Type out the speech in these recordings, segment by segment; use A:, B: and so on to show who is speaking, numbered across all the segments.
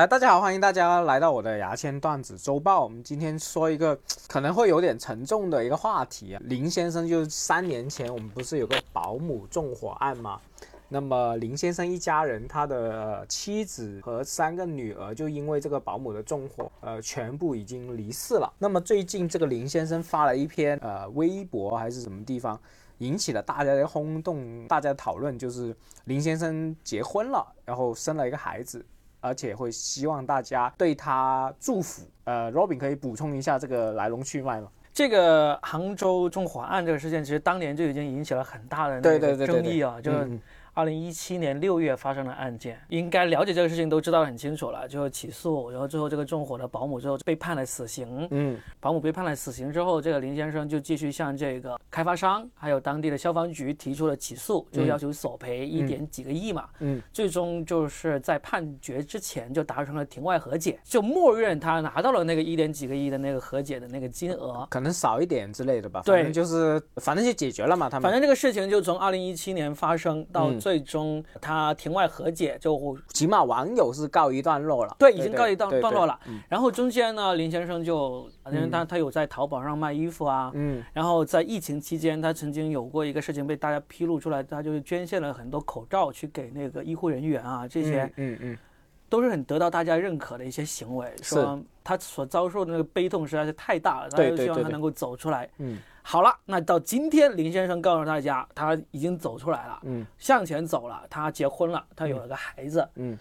A: 哎，大家好，欢迎大家来到我的牙签段子周报。我们今天说一个可能会有点沉重的一个话题啊。林先生就是三年前我们不是有个保姆纵火案吗？那么林先生一家人，他的、呃妻子和三个女儿就因为这个保姆的纵火，呃，全部已经离世了。那么最近这个林先生发了一篇呃微博还是什么地方，引起了大家的轰动，大家讨论就是林先生结婚了，然后生了一个孩子，而且会希望大家对他祝福。呃，Robin 可以补充一下这个来龙去脉吗？
B: 这个杭州纵火案这个事件，其实当年就已经引起了很大的
A: 对
B: 那
A: 对对
B: 个
A: 对嗯
B: 争议啊，就是二零一七年六月发生的案件，应该了解这个事情都知道得很清楚了，就是起诉，然后最后这个纵火的保姆最后被判了死刑，
A: 嗯，
B: 保姆被判了死刑之后，这个林先生就继续向这个开发商还有当地的消防局提出了起诉，就要求索赔一点几个亿嘛。
A: 嗯，
B: 最终就是在判决之前就达成了庭外和解，就默认他拿到了那个一点几个亿的那个和解的那个金额。
A: 可能少一点之类的吧。
B: 对
A: 反正就是反正就解决了嘛，他们。嗯
B: 反正这个事情就从二零一七年发生到最终他庭外和解，就
A: 起码网友是告一段落了。
B: 对，已经告一段
A: 对嗯
B: 段落。了
A: 对对。
B: 然后中间呢，林先生就，因为他他有在淘宝上卖衣服啊，
A: 嗯，
B: 然后在疫情期间，他曾经有过一个事情被大家披露出来，他就是捐献了很多口罩去给那个医护人员啊，这些
A: 嗯嗯嗯，
B: 都是很得到大家认可的一些行为，
A: 是
B: 说他所遭受的那个悲痛实在是太大了，大家
A: 对
B: 就
A: 对
B: 希望
A: 对
B: 他
A: 对
B: 能够走出来。
A: 嗯，
B: 好了，那到今天林先生告诉大家，他已经走出来了，
A: 嗯，
B: 向前走了，他结婚了，他有了个孩子，
A: 嗯，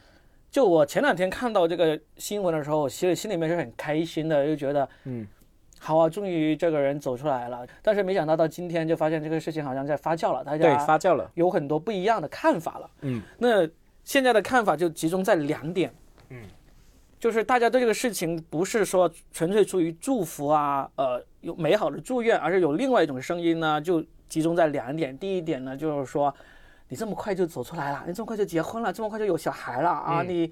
B: 就我前两天看到这个新闻的时候，其实心里面是很开心的，就觉得，
A: 嗯。
B: 好啊，终于这个人走出来了，但是没想到到今天就发现这个事情好像在发酵了，大
A: 对
B: 家，
A: 发酵了。
B: 有很多不一样的看法了。
A: 嗯，
B: 那现在的看法就集中在两点。嗯，就是大家对这个事情不是说纯粹出于祝福啊，呃，有美好的祝愿，而是有另外一种声音呢，就集中在两点。第一点呢，就是说你这么快就走出来了，你这么快就结婚了，这么快就有小孩了啊，你。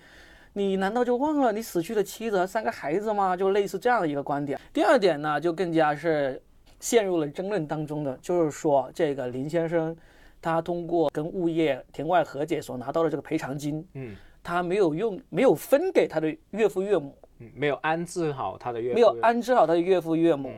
B: 你难道就忘了你死去的妻子和三个孩子吗？就类似这样的一个观点。第二点呢，就更加是陷入了争论当中的，就是说这个林先生他通过跟物业庭外和解所拿到的这个赔偿金，
A: 嗯
B: 他没有用，没有分给他的岳父岳母，
A: 嗯，没有安置好他的岳父
B: 没有安置好他的岳父岳
A: 嗯
B: 母。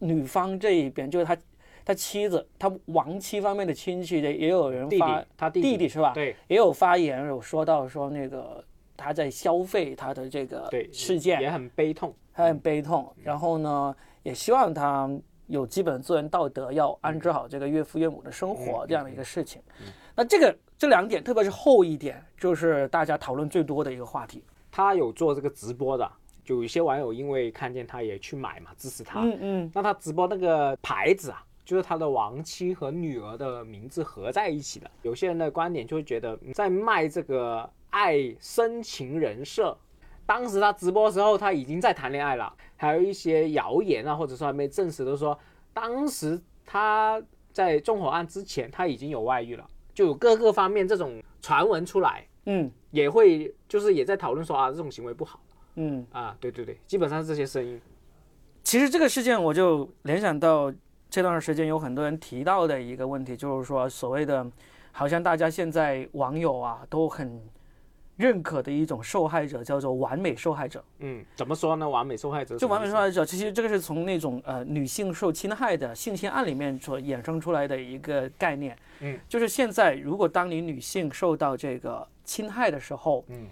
B: 女方这一边就是他，他妻子，他亡妻方面的亲戚的也有人
A: 弟弟
B: 发，，
A: 他弟
B: 弟弟是吧
A: 对
B: 也有发言有说到说那个他在消费他的这个
A: 对，
B: 事件，
A: 也很悲痛。
B: 他很悲痛，然后呢，也希望他有基本做人道德，要安置好这个岳父岳母的生活这样的一个事情。那这个这两点，特别是后一点，就是大家讨论最多的一个话题。
A: 他有做这个直播的，就有一些网友因为看见他也去买嘛，支持他。
B: 嗯嗯，
A: 那他直播那个牌子啊，就是他的亡妻和女儿的名字合在一起的。有些人的观点就会觉得，嗯在卖这个爱深情人设。当时他直播的时候，他已经在谈恋爱了，还有一些谣言啊，或者说还没证实的说，当时他在纵火案之前他已经有外遇了，就有各个方面这种传闻出来，
B: 嗯
A: 也会就是也在讨论说啊，这种行为不好
B: 嗯。
A: 啊，对对对，基本上是这些声音，
B: 其实这个事件，我就联想到这段时间有很多人提到的一个问题，就是说所谓的，好像大家现在网友啊都很认可的一种受害者，叫做完美受害者。
A: 嗯，怎么说呢？完美受害者是
B: 就
A: 什么
B: 完美
A: 意思
B: 受害者，其实这个是从那种呃女性受侵害的性侵案里面所衍生出来的一个概念。
A: 嗯，
B: 就是现在如果当你女性受到这个侵害的时候，
A: 嗯，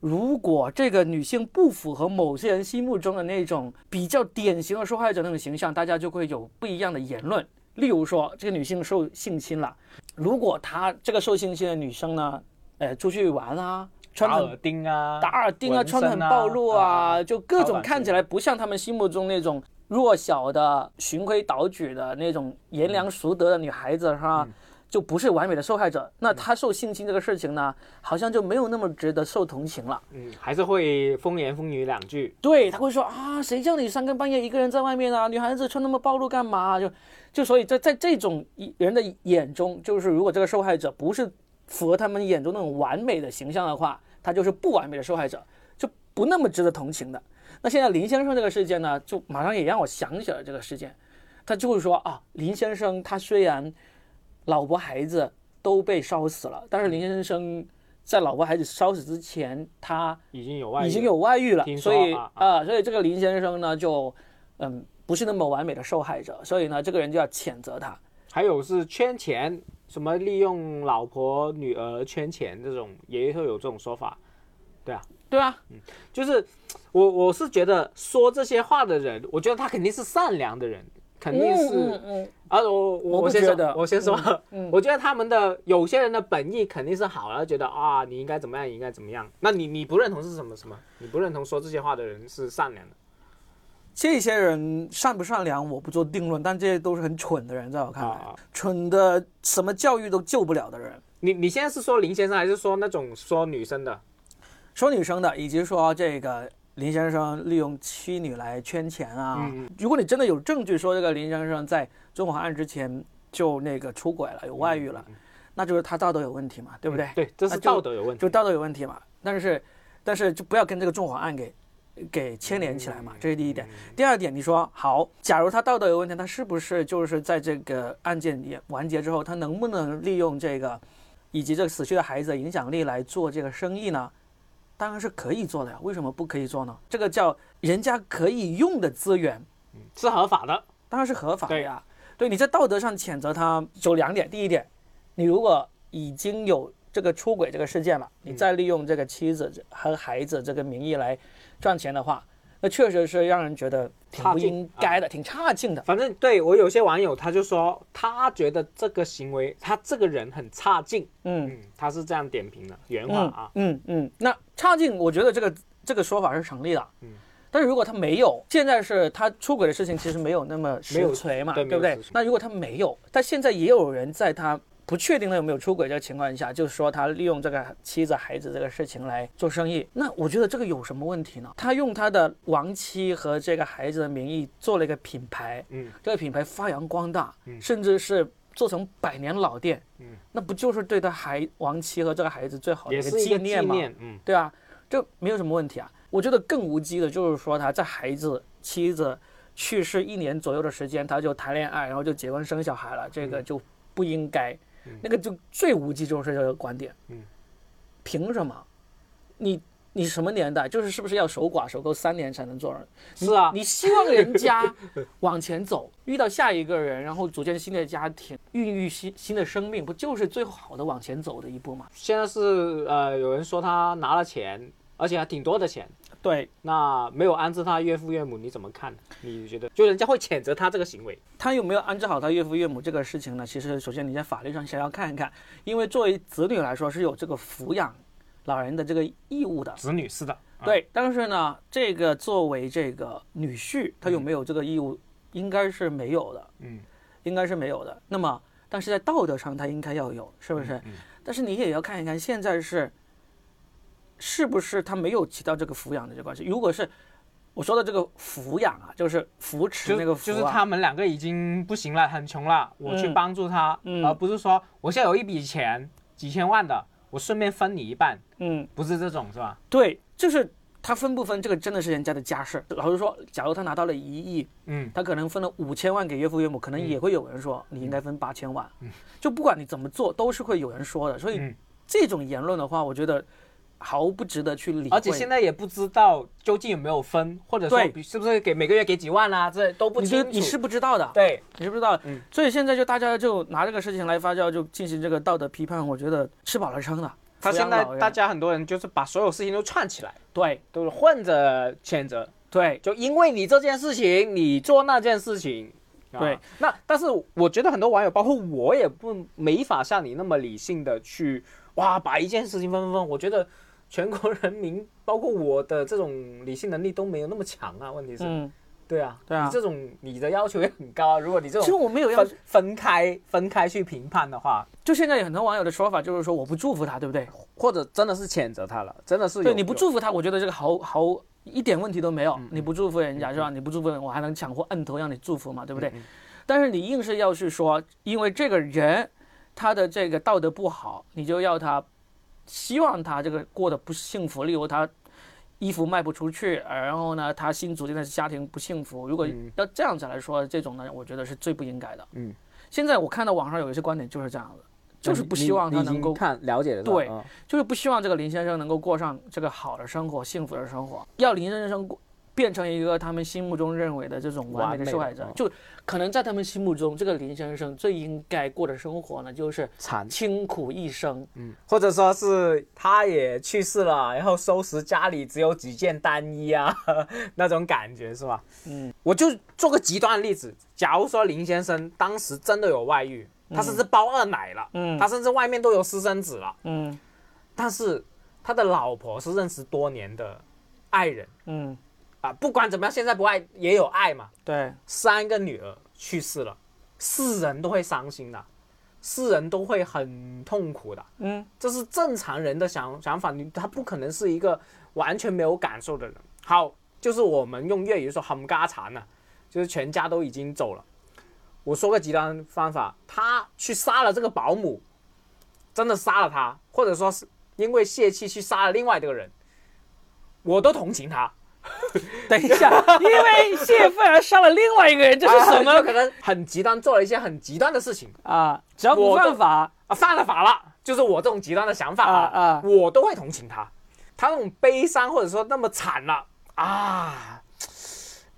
B: 如果这个女性不符合某些人心目中的那种比较典型的受害者那种形象，大家就会有不一样的言论。例如说，这个女性受性侵了，如果她这个受性侵的女生呢，呃，出去玩啊，穿
A: 打
B: 很
A: 耳钉啊，
B: 打耳钉啊，
A: 纹
B: 穿的很
A: 身啊
B: 暴露
A: 啊
B: 啊，就各
A: 老
B: 种
A: 板
B: 看
A: 是
B: 起来不像他们心目中那种弱小的、循规蹈矩的那种贤良淑德的女孩子，是
A: 嗯
B: 吧？就不是完美的受害者。那她受性侵这个事情呢，好像就没有那么值得受同情了。
A: 嗯，还是会风言风语两句，
B: 对，他会说啊，谁叫你三更半夜一个人在外面啊？女孩子穿那么暴露干嘛？就就所以在在这种一人的眼中，就是如果这个受害者不是符合他们眼中那种完美的形象的话，他就是不完美的受害者，就不那么值得同情的。那现在林先生这个事件呢，就马上也让我想起了这个事件，他就会说啊，林先生他虽然老婆孩子都被烧死了，但是林先生在老婆孩子烧死之前，他
A: 已经有外
B: 已经
A: 遇
B: 有外遇了，
A: 听说
B: 所以
A: 啊
B: 啊，所以这个林先生呢，就嗯不是那么完美的受害者，所以呢，这个人就要谴责他。
A: 还有是圈钱，什么利用老婆女儿圈钱这种，也会有这种说法。
B: 对啊，
A: 就是我我是觉得说这些话的人，我觉得他肯定是善良的人，肯定是、
B: 嗯嗯
A: 啊，我
B: 我
A: 我
B: 不
A: 先
B: 觉
A: 说，
B: 得
A: 我先说，
B: 嗯
A: 我觉得他们的有些人的本意肯定是好的，觉得啊你应该怎么样，你应该怎么样。那你你不认同是什么什么？你不认同说这些话的人是善良的？
B: 这些人善不善良，我不做定论，但这些都是很蠢的人，在我看来，
A: 啊
B: 蠢的什么教育都救不了的人。
A: 你你现在是说林先生，还是说那种说女生的？
B: 说女生的，以及说这个林先生利用妻女来圈钱啊。
A: 嗯
B: 如果你真的有证据说这个林先生在中华案之前就那个出轨了，有外遇了，
A: 嗯
B: 那就是他道德有问题嘛，对不对？
A: 对，这是
B: 哎那就
A: 道德有问题。
B: 就道德有问题嘛。但是，但是就不要跟这个纵火案给给牵连起来
A: 嗯
B: 嘛，这是第一点。第二点，你说好，假如他道德有问题，他是不是就是在这个案件也完结之后，他能不能利用这个以及这个死去的孩子的影响力来做这个生意呢？当然是可以做的呀，为什么不可以做呢？这个叫人家可以用的资源，
A: 是合法的。
B: 当然是合法的呀。对你在道德上谴责他有两点，第一点，你如果已经有这个出轨这个事件了，
A: 嗯
B: 你再利用这个妻子和孩子这个名义来赚钱的话，那确实是让人觉得挺
A: 差
B: 不
A: 劲啊
B: 应该的，挺差劲的。
A: 反正对我有些网友他就说，他觉得这个行为，他这个人很差劲。
B: 嗯
A: 嗯，他是这样点评的原话
B: 嗯
A: 啊。
B: 嗯嗯，那差劲，我觉得这个这个说法是成立的。嗯。但是如果他没有，现在是他出轨的事情，其实没有那么
A: 没
B: 实
A: 有
B: 锤嘛，
A: 对
B: 对
A: 没
B: 不
A: 有
B: 对
A: 实锤？
B: 那如果他没有，但现在也有人在他不确定他有没有出轨这个情况下，就是说他利用这个妻子、孩子这个事情来做生意，那我觉得这个有什么问题呢？他用他的亡妻和这个孩子的名义做了一个品牌，
A: 嗯，
B: 这个品牌发扬光大，甚至是做成百年老店，
A: 嗯，
B: 那不就是对他孩亡妻嗯哦和这个孩子最好的
A: 也
B: 一个
A: 是一个
B: 纪
A: 纪
B: 念吗？
A: 念。嗯，
B: 对啊，这没有什么问题啊。我觉得更无稽的就是说他在孩子妻子去世一年左右的时间，他就谈恋爱，然后就结婚生小孩了，这
A: 嗯
B: 个就不应该。那个就最无稽就是这个观点。
A: 嗯，
B: 凭什么？你你什么年代？就是是不是要守寡守够三年才能做人？
A: 是啊，
B: 你希望人 家往前走，遇到下一个人，然后组建新的家庭，孕育新新的生命，不就是最好的往前走的一步吗？
A: 现在是呃，有人说他拿了钱，而且还挺多的钱，
B: 对，
A: 那没有安置他岳父岳母，你怎么看？你觉得就人家会谴责他这个行为？
B: 他有没有安置好他岳父岳母这个事情呢？其实，首先你在法律上先要看一看，因为作为子女来说是有这个抚养老人的这个义务的。
A: 子女是的，
B: 对，但是呢，这个作为这个女婿，他有没有这个义务，应该是没有的。
A: 嗯，
B: 应该是没有的。那么，但是在道德上他应该要有，
A: 嗯
B: 是不是？但是你也要看一看现在是是不是他没有起到这个抚养的这个关系。如果是我说的这个抚养啊，就是扶持
A: 就
B: 那个扶、啊、
A: 就是他们两个已经不行了，很穷了，我去
B: 嗯
A: 帮助他，
B: 嗯
A: 而不是说我现在有一笔钱几千万的，我顺便分你一半，
B: 嗯。
A: 不是这种是吧？
B: 对，就是他分不分，这个真的是人家的家事。老实说，假如他拿到了一亿，
A: 嗯，
B: 他可能分了五千万给岳父岳母，可能也会有人说、你应
A: 嗯
B: 该分八千万。就不管你怎么做，都是会有人说的。所以、
A: 嗯
B: 这种言论的话，我觉得毫不值得去理会。
A: 而且现在也不知道究竟有没有分，或者说
B: 对
A: 比是不是给每个月给几万啊，这都不
B: 你
A: 清
B: 是
A: 楚。
B: 你是不知道的，
A: 对，
B: 你是不知道的。
A: 嗯
B: 所以现在就大家就拿这个事情来发酵，就进行这个道德批判，我觉得吃饱了撑的。
A: 他
B: 抚
A: 现
B: 养
A: 在
B: 老人
A: 大家很多人就是把所有事情都串起来，
B: 对
A: 都是混着谴责，
B: 对
A: 就因为你这件事情，你做那件事情。啊
B: 对，
A: 那但是我觉得很多网友，包括我也不没法像你那么理性的去哇把一件事情分分分。我觉得全国人民，包括我的这种理性能力都没有那么强啊。问题是，
B: 嗯，
A: 对啊，
B: 对啊
A: 你这种你的要求也很高啊。如果你这
B: 其实
A: 种
B: 我没有要
A: 分分开分开去评判的话，
B: 就现在有很多网友的说法就是说我不祝福他，对不对？
A: 或者真的是谴责他了，真的是
B: 对，
A: 有
B: 你不
A: 有
B: 祝福他，我觉得这个毫毫一点问题都
A: 嗯
B: 没有。你不祝福人家是吧？你不祝福人，我还能强迫摁头让你祝福嘛，对不
A: 嗯
B: 对？但是你硬是要去说，因为这个人他的这个道德不好，你就要他希望他这个过得不幸福，例如他。衣服卖不出去，呃然后呢，他新组建的家庭不幸福。如果要这样子来说，这种呢，我觉得是最不应该的。
A: 嗯，
B: 现在我看到网上有一些观点就是这样子，就是不希望
A: 你
B: 他
A: 已
B: 能
A: 经
B: 够
A: 看了解了，
B: 对
A: 嗯
B: 就是不希望这个林先生能够过上这个好的生活、幸福的生活，要林先生过变成一个他们心目中认为的这种完美的受害者
A: 完美，嗯
B: 就可能在他们心目中，这个林先生最应该过的生活呢，就是
A: 惨，
B: 清苦一生。
A: 嗯，或者说是他也去世了，然后收拾家里只有几件单衣啊 那种感觉是吧？
B: 嗯，
A: 我就做个极端的例子，假如说林先生当时真的有外遇，他甚至包二奶了，
B: 嗯
A: 他甚至外面都有私生子了，
B: 嗯
A: 但是他的老婆是认识多年的爱人
B: 嗯，
A: 啊，不管怎么样，现在不爱也有爱嘛，
B: 对，
A: 三个女儿去世了，是人都会伤心的，是人都会很痛苦的，
B: 嗯
A: 这是正常人的想想法，你他不可能是一个完全没有感受的人。好，就是我们用粤语说“冚家铲”呢，就是全家都已经走了。我说个极端方法，他去杀了这个保姆，真的杀了他，或者说是因为泄气去杀了另外一个人，我都同情他。
B: 等一下，因为泄愤而杀了另外一个人，这是什
A: 啊就
B: 么
A: 可能很极端，做了一些很极端的事情
B: 啊？只要不
A: 我
B: 犯
A: 都
B: 法，
A: 啊，犯了法了，就是我这种极端的想法
B: 啊啊
A: 我都会同情他，他那种悲伤或者说那么惨了啊，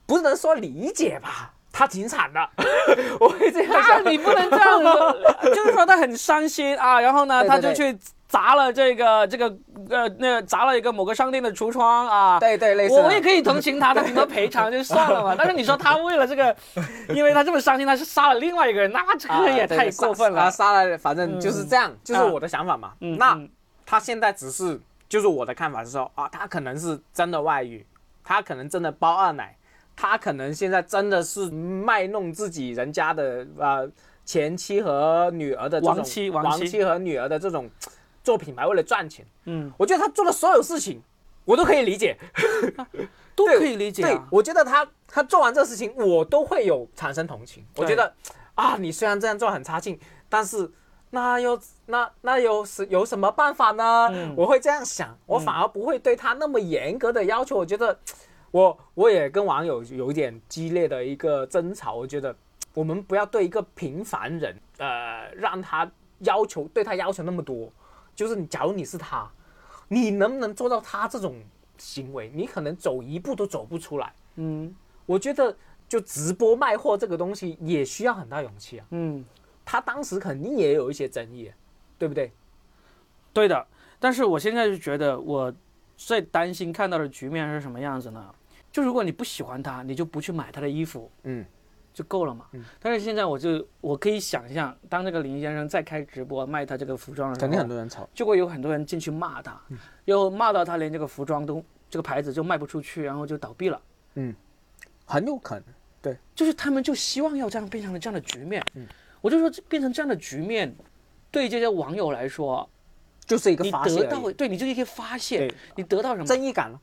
A: 不能说理解吧，他挺惨的， 我会这样
B: 那
A: 想。
B: 你不能这样说， 就是说他很伤心啊，然后呢，
A: 对对
B: 他就
A: 对
B: 去砸了这个这个呃那砸了一个某个商店的橱窗啊。
A: 对对，类似
B: 我我也
A: 以，
B: 可以同情他，他顶多赔偿就算 了嘛。但是你说他为了这个， 因为他这么伤心，他是杀了另外一个人，那这
A: 啊
B: 个 也
A: 对
B: 太
A: 对
B: 过
A: 杀
B: 分了
A: 啊。杀了，反正就是这样，就是
B: 啊
A: 我的想法嘛。
B: 嗯
A: 那
B: 嗯
A: 他现在只是，就是我的看法是说啊，他可能是真的外遇，他可能真的包二奶，他可能现在真的是卖弄自己人家的呃前妻和女儿的这种
B: 亡妻亡
A: 亡
B: 妻
A: 和女儿的这种做品牌为了赚钱。
B: 嗯，
A: 我觉得他做的所有事情，我都可以理解。
B: 都
A: 对
B: 可以理解
A: 对
B: 啊，。
A: 我觉得他他做完这事情，我都会有产生同情。我
B: 对
A: 觉得啊，你虽然这样做很差劲，但是那又那那有什有什么办法呢？我会这样想，我反而不会对他那么严格的要求。我觉得我我也跟网友有一点激烈的一个争吵，我觉得我们不要对一个平凡人，呃，让他要求对他要求那么多。就是你，假如你是他，你能不能做到他这种行为？你可能走一步都走不出来。
B: 嗯
A: 我觉得，就直播卖货这个东西也需要很大勇气啊。
B: 嗯，
A: 他当时肯定也有一些争议，对不对？
B: 对的。但是我现在就觉得，我最担心看到的局面是什么样子呢？就如果你不喜欢他，你就不去买他的衣服。
A: 嗯，
B: 就够了嘛。嗯但是现在我就我可以想象，当这个林先生再开直播卖他这个服装的时候，
A: 肯定很多人吵。
B: 就会有很多人进去骂他，
A: 嗯
B: 然后骂到他连这个服装都这个牌子就卖不出去，然后就倒闭了。
A: 很有可能。对，
B: 就是他们就希望要这样变成了这样的局面。
A: 嗯
B: 我就说这变成这样的局面，对这些网友来说，
A: 就是一个
B: 你
A: 发泄
B: 得
A: 而
B: 到
A: 已，
B: 对你就是一个发泄
A: 对，
B: 你得到什么？
A: 正义感了，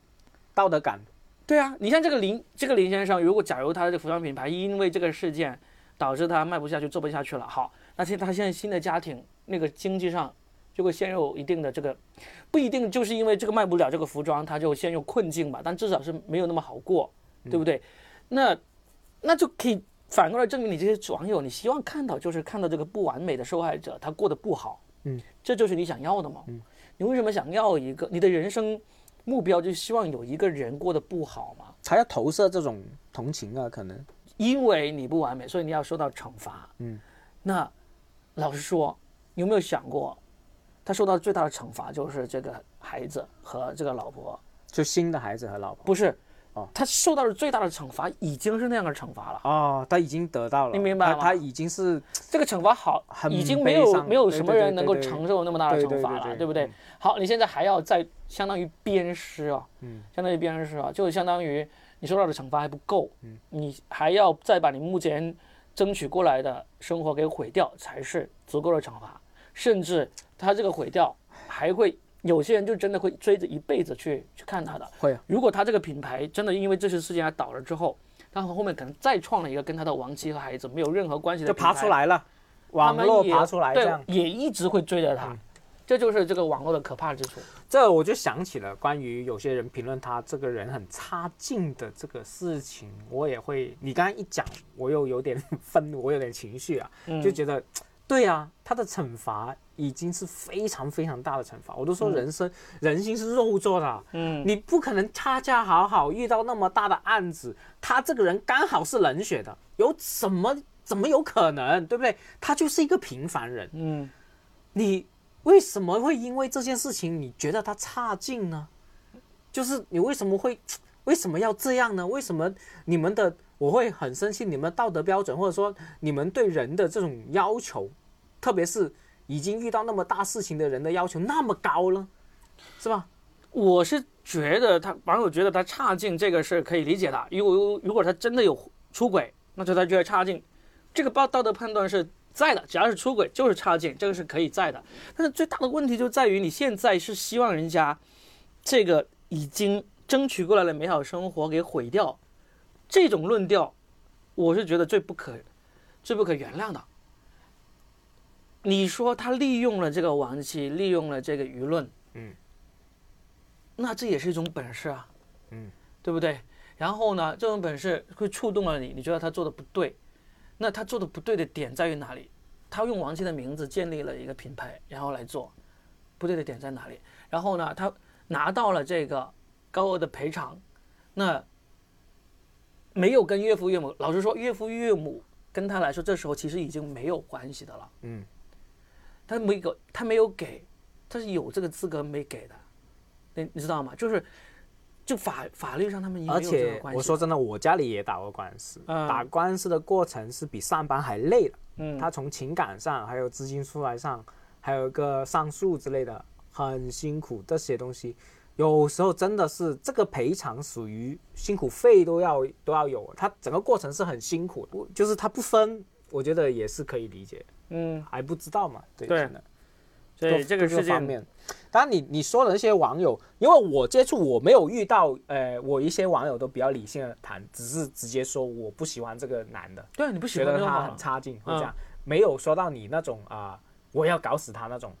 A: 道德感。
B: 对啊，你像这个林这个林先生，如果假如他的这个服装品牌因为这个事件导致他卖不下去、做不下去了，好，那现他现在新的家庭那个经济上就会陷入一定的这个，不一定就是因为这个卖不了这个服装，他就陷入困境吧，但至少是没有那么好过，对不对？那那就可以反过来证明你这些网友，你希望看到就是看到这个不完美的受害者他过得不好，
A: 嗯，
B: 这就是你想要的吗？嗯，你为什么想要一个你的人生？目标就希望有一个人过得不好嘛，
A: 才要投射这种同情啊，可能
B: 因为你不完美，所以你要受到惩罚。嗯，那老实说，你有没有想过，他受到最大的惩罚就是这个孩子和这个老婆？
A: 就新的孩子和老婆
B: 不是，
A: 哦
B: 他受到的最大的惩罚已经是那样的惩罚了。
A: 哦，他已经得到了，
B: 你明白
A: 他
B: 吗
A: 他已经是
B: 这个惩罚好，
A: 很
B: 已经
A: 悲
B: 没有
A: 伤
B: 没有
A: 对
B: 什
A: 对
B: 么
A: 对
B: 人能
A: 对
B: 够
A: 对
B: 承受那么大的
A: 对
B: 惩
A: 对
B: 罚
A: 对
B: 了，
A: 对
B: 不对
A: 嗯？
B: 好，你现在还要再相当于鞭尸啊，嗯，相当于鞭尸啊，就相当于你受到的惩罚还不够，嗯，你还要再把你目前争取过来的生活给毁掉，才是足够的惩罚。甚至他这个毁掉还会有些人就真的会追着一辈子去去看他的，
A: 会啊
B: 如果他这个品牌真的因为这次事件而倒了之后，他后面可能再创了一个跟他的亡妻和孩子没有任何关系的
A: 就
B: 品牌
A: 爬出来了，
B: 他
A: 网
B: 们
A: 络
B: 也
A: 爬出来这
B: 对
A: 样。，
B: 也一直会追着他。这就是这个网络的可怕之处。
A: 这我就想起了关于有些人评论他这个人很差劲的这个事情，
B: 嗯
A: 我也会，你刚刚一讲，我又有点愤怒，我有点情绪啊，就觉得对啊，他的惩罚已经是非常非常大的惩罚。我都说人生、人心是肉做的，啊
B: 嗯，
A: 你不可能恰恰好好遇到那么大的案子，他这个人刚好是冷血的，有什么怎么有可能，对不对？他就是一个平凡人，
B: 嗯，
A: 你为什么会因为这件事情你觉得他差劲呢？就是你为什么会为什么要这样呢？为什么你们的我会很生气？你们的道德标准或者说你们对人的这种要求，特别是已经遇到那么大事情的人的要求那么高了，是吧？
B: 我是觉得他网友觉得他差劲，这个是可以理解的。如果如果他真的有出轨，那就他觉得差劲，这个道道德判断是在的，只要是出轨就是差劲，这个是可以在的。但是最大的问题就在于你现在是希望人家这个已经争取过来的美好生活给毁掉，这种论调，我是觉得最不可最不可原谅的。你说他利用了这个亡妻，利用了这个舆论，那这也是一种本事啊，
A: 嗯，
B: 对不对？然后呢，这种本事会触动了你，你觉得他做的不对，那他做的不对的点在于哪里？他用王琦的名字建立了一个品牌，然后来做，不对的点在哪里？然后呢，他拿到了这个高额的赔偿，那没有跟岳父岳母，老实说，岳父岳母跟他来说，这时候其实已经没有关系的了，
A: 嗯，
B: 他没给，他没有给，他是有这个资格没给的，你你知道吗？就是，就法法律上他们已经
A: 而
B: 没有这个
A: 且
B: 关系。
A: 我说，真的，我家里也打过官司，
B: 嗯
A: 打官司的过程是比上班还累的。
B: 嗯，
A: 他从情感上，还有资金出来上，还有一个上诉之类的，很辛苦。这些东西有时候真的是这个赔偿属于辛苦费都要都要有，他整个过程是很辛苦的，就是他不分，我觉得也是可以理解，
B: 嗯，
A: 还不知道嘛，对
B: 对
A: 可能
B: 所
A: 多
B: 以这个
A: 多
B: 事
A: 方
B: 件，
A: 面，当然你你说的那些网友，因为我接触我没有遇到，呃，我一些网友都比较理性的谈，只是直接说我不喜欢这个男的，
B: 对你不喜
A: 觉
B: 欢
A: 得
B: 就
A: 他
B: 好了嗯
A: 很。差劲，会这样，没有说到你那种啊、我要搞死他那种，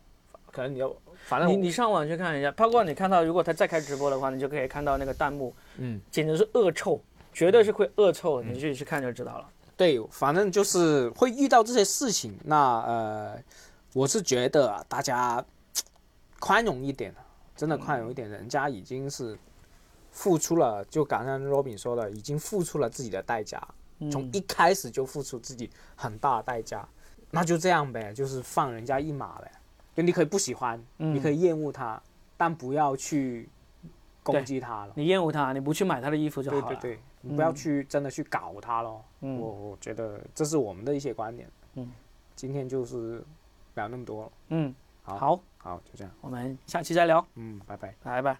A: 可能你就反正
B: 你
A: 我
B: 你上网去看一下，包括你看到，如果他再开直播的话，你就可以看到那个弹幕，
A: 嗯，
B: 简直是恶臭，绝对是会恶臭，你自己去看就知道了。
A: 对，反正就是会遇到这些事情。那呃，我是觉得啊大家宽容一点，真的宽容一
B: 嗯
A: 点，人家已经是付出了，就刚刚 Robin 说的，已经付出了自己的代价，
B: 嗯
A: 从一开始就付出自己很大的代价，那就这样呗，就是放人家一马呗。就你可以不喜欢，
B: 嗯
A: 你可以厌恶他，但不要去攻
B: 对
A: 击他了。
B: 你厌恶他，你不去买他的衣服就好
A: 对
B: 了。嗯
A: 对对，你不要去真的去搞他咯。我我觉得这是我们的一些观点。
B: 嗯，
A: 今天就是聊那么多了，
B: 嗯，
A: 好
B: 好，
A: 好，就这样，
B: 我们下期再聊，
A: 嗯，拜拜。
B: 拜拜。